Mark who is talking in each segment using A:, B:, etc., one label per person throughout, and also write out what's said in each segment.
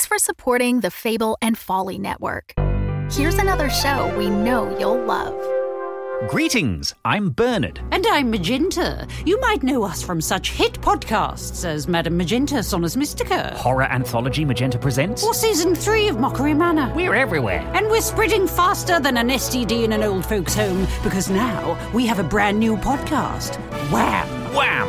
A: for supporting the Fable and Folly Network. Here's another show we know you'll love.
B: Greetings, I'm Bernard.
C: And I'm Magenta. You might know us from such hit podcasts as Madame Magenta, Sonus Mystica,
B: Horror Anthology Magenta Presents.
C: or Season 3 of Mockery Manor.
B: We're everywhere.
C: And we're spreading faster than an STD in an old folks' home because now we have a brand new podcast. Wham!
B: Wham!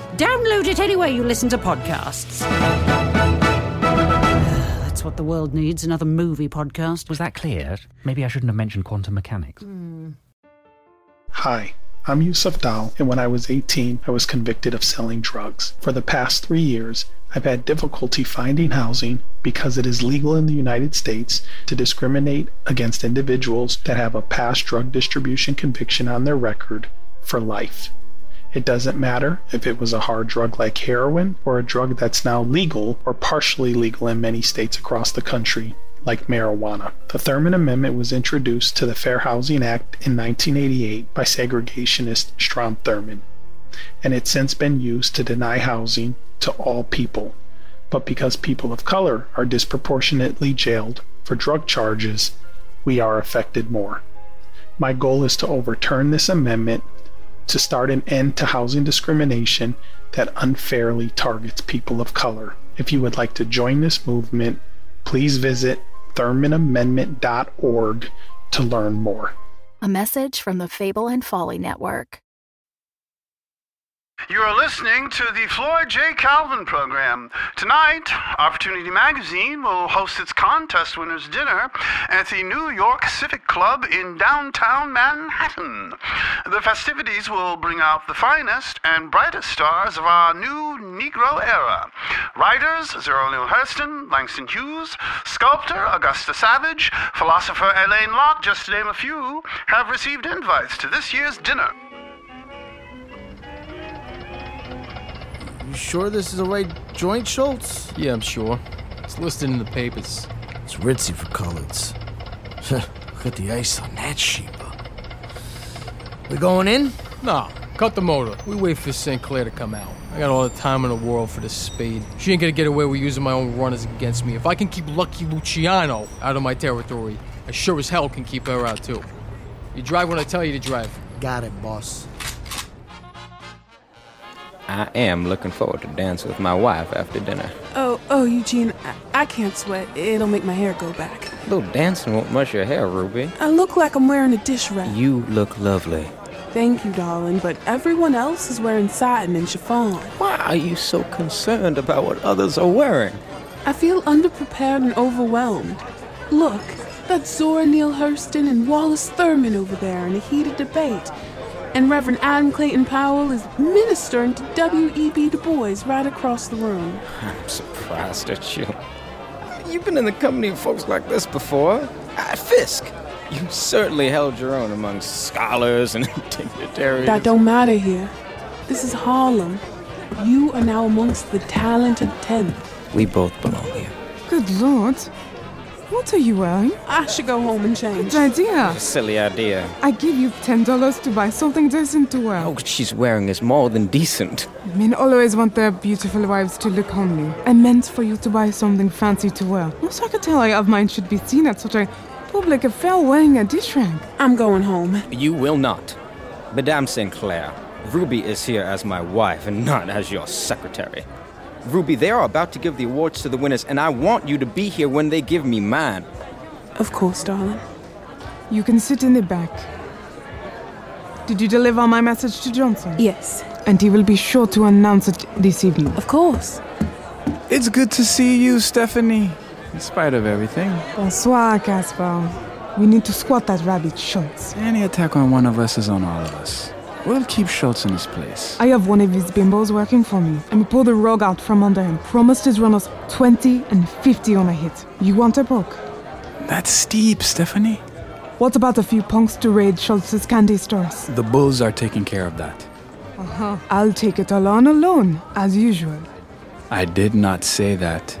C: Download it anywhere you listen to podcasts. That's what the world needs another movie podcast.
B: Was that clear? Maybe I shouldn't have mentioned quantum mechanics.
D: Hi, I'm Yusuf Dal, and when I was 18, I was convicted of selling drugs. For the past three years, I've had difficulty finding housing because it is legal in the United States to discriminate against individuals that have a past drug distribution conviction on their record for life. It doesn't matter if it was a hard drug like heroin or a drug that's now legal or partially legal in many states across the country, like marijuana. The Thurman Amendment was introduced to the Fair Housing Act in 1988 by segregationist Strom Thurmond, and it's since been used to deny housing to all people. But because people of color are disproportionately jailed for drug charges, we are affected more. My goal is to overturn this amendment to start an end to housing discrimination that unfairly targets people of color. If you would like to join this movement, please visit ThurmanAmendment.org to learn more.
A: A message from the Fable and Folly Network.
E: You are listening to the Floyd J. Calvin program. Tonight, Opportunity Magazine will host its contest winners dinner at the New York Civic Club in downtown Manhattan. The festivities will bring out the finest and brightest stars of our new Negro era. Writers Zero Neale Hurston, Langston Hughes, sculptor Augusta Savage, philosopher Elaine Locke, just to name a few, have received invites to this year's dinner.
F: You sure this is the right joint, Schultz?
G: Yeah, I'm sure. It's listed in the papers.
F: It's ritzy for coloreds. Look at the ice on that sheba. We going in?
G: Nah, cut the motor. We wait for St. Clair to come out. I got all the time in the world for this spade. She ain't gonna get away with using my own runners against me. If I can keep Lucky Luciano out of my territory, I sure as hell can keep her out too. You drive when I tell you to drive.
F: Got it, boss.
H: I am looking forward to dance with my wife after dinner.
I: Oh, oh, Eugene, I, I can't sweat. It'll make my hair go back.
H: A little dancing won't mush your hair, Ruby.
I: I look like I'm wearing a dish rag.
H: You look lovely.
I: Thank you, darling, but everyone else is wearing satin and chiffon.
H: Why are you so concerned about what others are wearing?
I: I feel underprepared and overwhelmed. Look, that's Zora Neale Hurston and Wallace Thurman over there in a heated debate. And Reverend Adam Clayton Powell is ministering to W.E.B. Du Bois right across the room.
H: I'm surprised at you. You've been in the company of folks like this before. At Fisk, you certainly held your own among scholars and dignitaries.
I: That don't matter here. This is Harlem. You are now amongst the talented ten.
H: We both belong here.
J: Good lord. What are you wearing?
I: I should go home and change.
J: Good idea.
H: A silly idea.
J: I give you $10 to buy something decent to wear.
H: Oh, what she's wearing is more than decent.
J: Men always want their beautiful wives to look homely. I meant for you to buy something fancy to wear. No secretary of mine should be seen at such a public affair wearing a dish rag.
I: I'm going home.
H: You will not. Madame Sinclair, Ruby is here as my wife and not as your secretary. Ruby, they are about to give the awards to the winners, and I want you to be here when they give me mine.
I: Of course, darling.
J: You can sit in the back. Did you deliver my message to Johnson?
I: Yes,
J: And he will be sure to announce it this evening.
I: of course.
K: It's good to see you, Stephanie. In spite of everything.
J: Bonsoir, Caspar. We need to squat that rabbit, Schultz.
K: Any attack on one of us is on all of us. We'll keep Schultz in his place.
J: I have one of his bimbos working for me, and we pulled the rug out from under him. Promised his runners 20 and 50 on a hit. You want a poke?
K: That's steep, Stephanie.
J: What about a few punks to raid Schultz's candy stores?
K: The bulls are taking care of that.
J: Uh-huh. I'll take it all on alone, as usual.
K: I did not say that.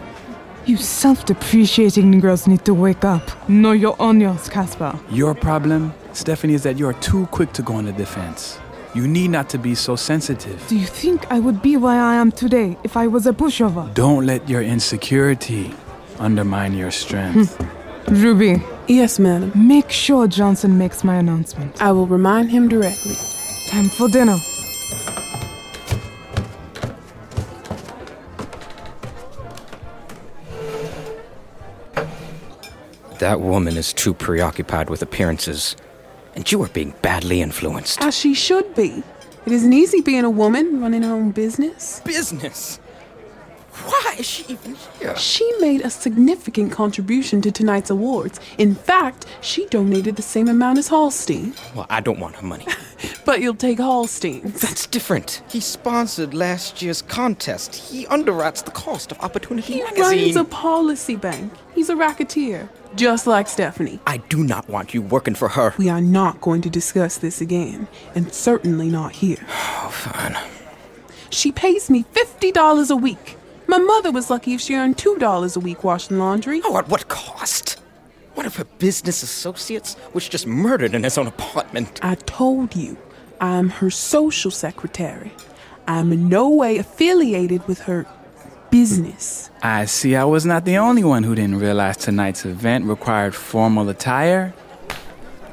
J: You self depreciating girls need to wake up. Know your onions, Caspar.
K: Your problem, Stephanie, is that you are too quick to go on the defense. You need not to be so sensitive.
J: Do you think I would be where I am today if I was a pushover?
K: Don't let your insecurity undermine your strength.
J: Ruby,
I: Yes, madam.
J: make sure Johnson makes my announcement.
I: I will remind him directly.
J: Time for dinner.
H: That woman is too preoccupied with appearances, and you are being badly influenced.
I: As she should be. It isn't easy being a woman running her own business.
H: Business? Why is she even here?
I: She made a significant contribution to tonight's awards. In fact, she donated the same amount as Hallstein.
H: Well, I don't want her money.
I: But you'll take Hallstein's.
H: That's different. He sponsored last year's contest. He underwrites the cost of Opportunity
I: He
H: Magazine.
I: runs a policy bank. He's a racketeer, just like Stephanie.
H: I do not want you working for her.
I: We are not going to discuss this again, and certainly not here.
H: Oh, fine.
I: She pays me $50 a week. My mother was lucky if she earned $2 a week washing laundry.
H: Oh, at what cost? One of her business associates was just murdered in his own apartment.
I: I told you, I'm her social secretary. I'm in no way affiliated with her business.
K: I see I was not the only one who didn't realize tonight's event required formal attire.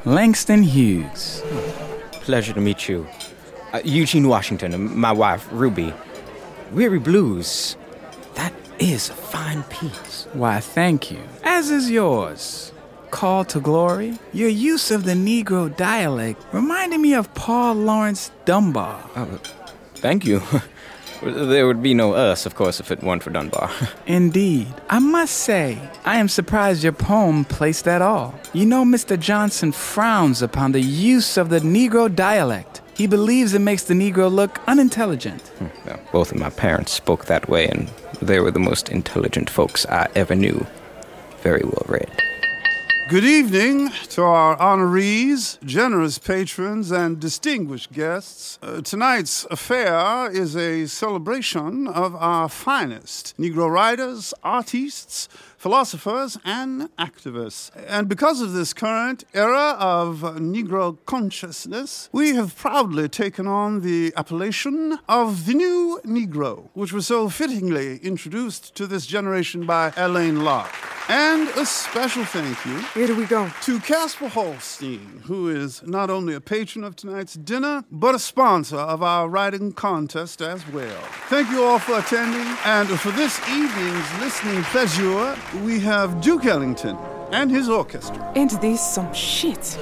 K: Langston Hughes.
H: Pleasure to meet you. Uh, Eugene Washington and my wife, Ruby. Weary Blues. That is a fine piece.
K: Why, thank you. As is yours. Call to Glory. Your use of the Negro dialect reminded me of Paul Lawrence Dunbar.
H: Thank you. there would be no us, of course, if it weren't for Dunbar.
K: Indeed. I must say, I am surprised your poem placed at all. You know, Mr. Johnson frowns upon the use of the Negro dialect. He believes it makes the Negro look unintelligent.
H: Well, both of my parents spoke that way, and they were the most intelligent folks I ever knew. Very well read.
E: Good evening to our honorees, generous patrons, and distinguished guests. Uh, tonight's affair is a celebration of our finest Negro writers, artists, philosophers, and activists. And because of this current era of Negro consciousness, we have proudly taken on the appellation of the new Negro, which was so fittingly introduced to this generation by Elaine Locke. And a special thank you
J: Here we go.
E: to Casper Holstein, who is not only a patron of tonight's dinner, but a sponsor of our writing contest as well. Thank you all for attending, and for this evening's listening pleasure, we have Duke Ellington and his orchestra.
J: Ain't this some shit?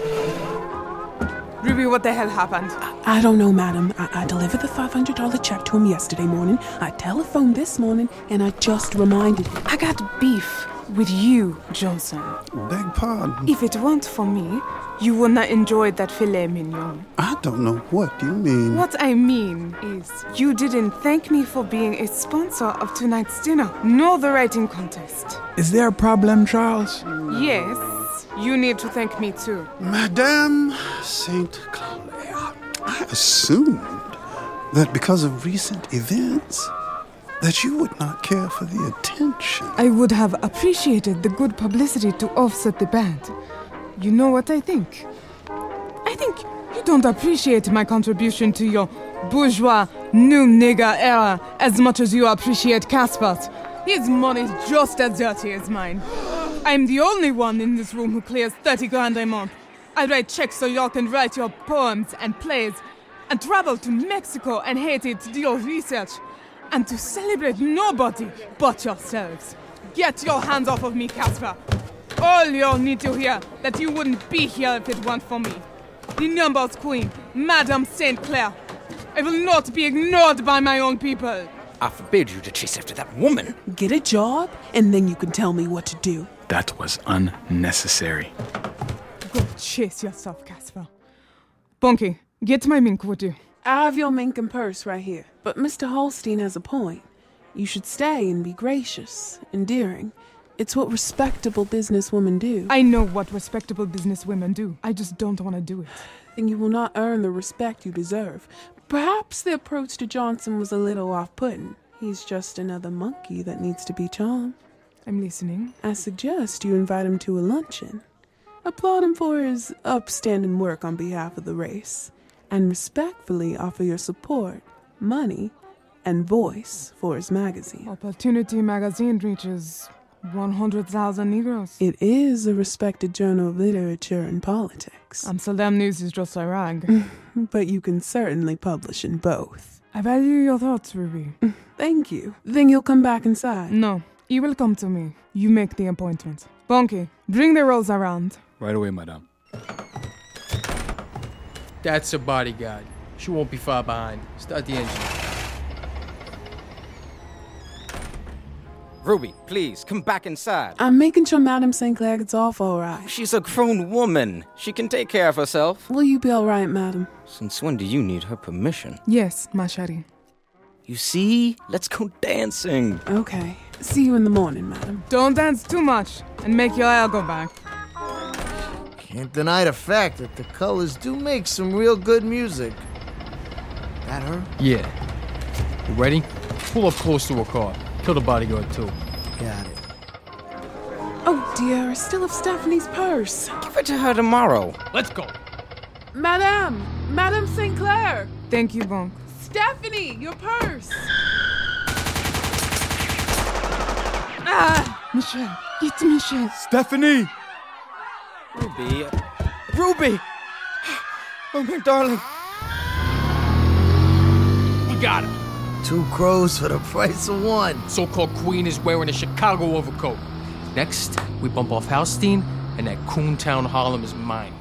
J: Ruby, what the hell happened?
I: I don't know, madam. I, I delivered the $500 check to him yesterday morning. I telephoned this morning, and I just reminded him.
J: I got beef with you, Johnson.
E: Beg pardon.
J: If it weren't for me, you would not enjoy that filet mignon.
E: I don't know what you mean.
J: What I mean is, you didn't thank me for being a sponsor of tonight's dinner, nor the writing contest.
K: Is there a problem, Charles?
J: Yes, you need to thank me too.
E: Madame St. Clair, I assumed that because of recent events, that you would not care for the attention.
J: I would have appreciated the good publicity to offset the bad. You know what I think? I think you don't appreciate my contribution to your bourgeois new nigger era as much as you appreciate Casper's. His money's just as dirty as mine. I'm the only one in this room who clears 30 grand a month. I write checks so y'all can write your poems and plays and travel to Mexico and Haiti to do your research and to celebrate nobody but yourselves. Get your hands off of me, Casper. All y'all need to hear that you wouldn't be here if it weren't for me. The numbers queen, Madame St. Clair. I will not be ignored by my own people.
H: I forbid you to chase after that woman.
I: Get a job, and then you can tell me what to do.
K: That was unnecessary.
J: Go chase yourself, Casper. Bonky, get my mink, would you?
I: I have your mink and purse right here. But Mr. Holstein has a point. You should stay and be gracious, endearing. It's what respectable businesswomen do.
J: I know what respectable businesswomen do. I just don't want to do it.
I: Then you will not earn the respect you deserve. Perhaps the approach to Johnson was a little off putting. He's just another monkey that needs to be charmed.
J: I'm listening.
I: I suggest you invite him to a luncheon. Applaud him for his upstanding work on behalf of the race and respectfully offer your support, money, and voice for his magazine.
J: Opportunity magazine reaches 100,000 Negroes.
I: It is a respected journal of literature and politics.
J: Amsterdam News is just a rag.
I: but you can certainly publish in both.
J: I value your thoughts, Ruby.
I: Thank you. Then you'll come back inside.
J: No, you will come to me. You make the appointment. Bonky, bring the rolls around.
K: Right away, madame.
G: That's a bodyguard. She won't be far behind. Start the engine.
H: Ruby, please, come back inside.
I: I'm making sure Madame St. Clair gets off all right.
H: Ah, She's a grown woman. She can take care of herself.
I: Will you be all right, Madame?
H: Since when do you need her permission?
J: Yes, ma chérie.
H: You see? Let's go dancing.
I: Okay. See you in the morning, Madame.
J: Don't dance too much and make your hair go back.
L: Can't deny the fact that the colors do make some real good music. That her?
G: Yeah. You ready? Pull up close to a car. Kill the bodyguard, too.
L: Got it.
I: Oh dear, I still have Stephanie's purse.
H: Give it to her tomorrow.
G: Let's go.
I: Madame! Madame St. Clair!
J: Thank you, Bonk.
I: Stephanie, your purse!
J: ah! Michelle, it's Michelle.
K: Stephanie!
H: Ruby. Ruby! Oh, my darling.
G: We got her.
L: Two crows for the price of one.
G: So called Queen is wearing a Chicago overcoat. Next, we bump off Halstein, and that Coontown Harlem is mine.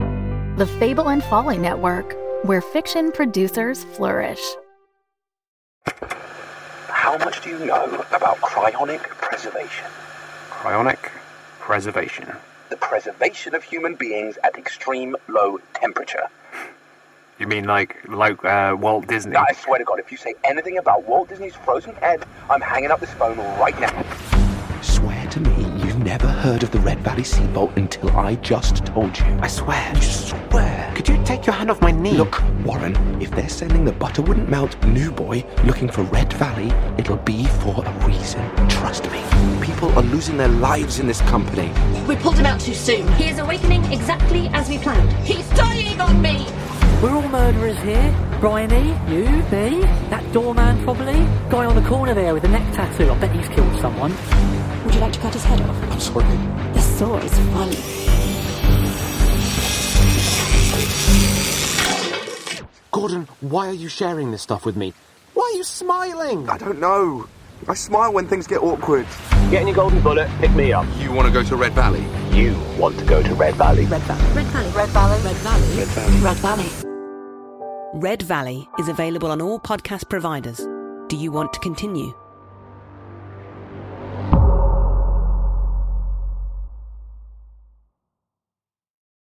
A: The Fable and Folly Network, where fiction producers flourish.
M: How much do you know about cryonic preservation?
N: Cryonic preservation.
M: The preservation of human beings at extreme low temperature.
N: You mean like like uh, Walt Disney?
M: I swear to God, if you say anything about Walt Disney's frozen head, I'm hanging up this phone right now.
O: Swear to me, you've never heard of the Red Valley Seabolt until I just told you.
M: I swear. You swear.
O: Could you take your hand off my knee?
M: Look,
O: Warren, if they're sending the butter wouldn't melt new boy looking for Red Valley, it'll be for a reason. Trust me. People are losing their lives in this company.
P: We pulled him out too soon.
Q: He is awakening exactly as we planned.
P: He's dying on me!
R: We're all murderers here. Bryony, you, me, that doorman probably. Guy on the corner there with a the neck tattoo. I bet he's killed someone.
P: Would you like to cut his head off?
O: I'm sorry.
P: The saw is funny.
O: Gordon, why are you sharing this stuff with me? Why are you smiling?
S: I don't know. I smile when things get awkward.
T: Get in your golden bullet, pick me up.
S: You want to go to Red Valley?
T: You want to go to Red Valley?
P: Red Valley. Red Valley.
Q: Red Valley.
P: Red Valley.
Q: Red Valley.
P: Red Valley. Red Valley is available on all podcast providers. Do you want to continue?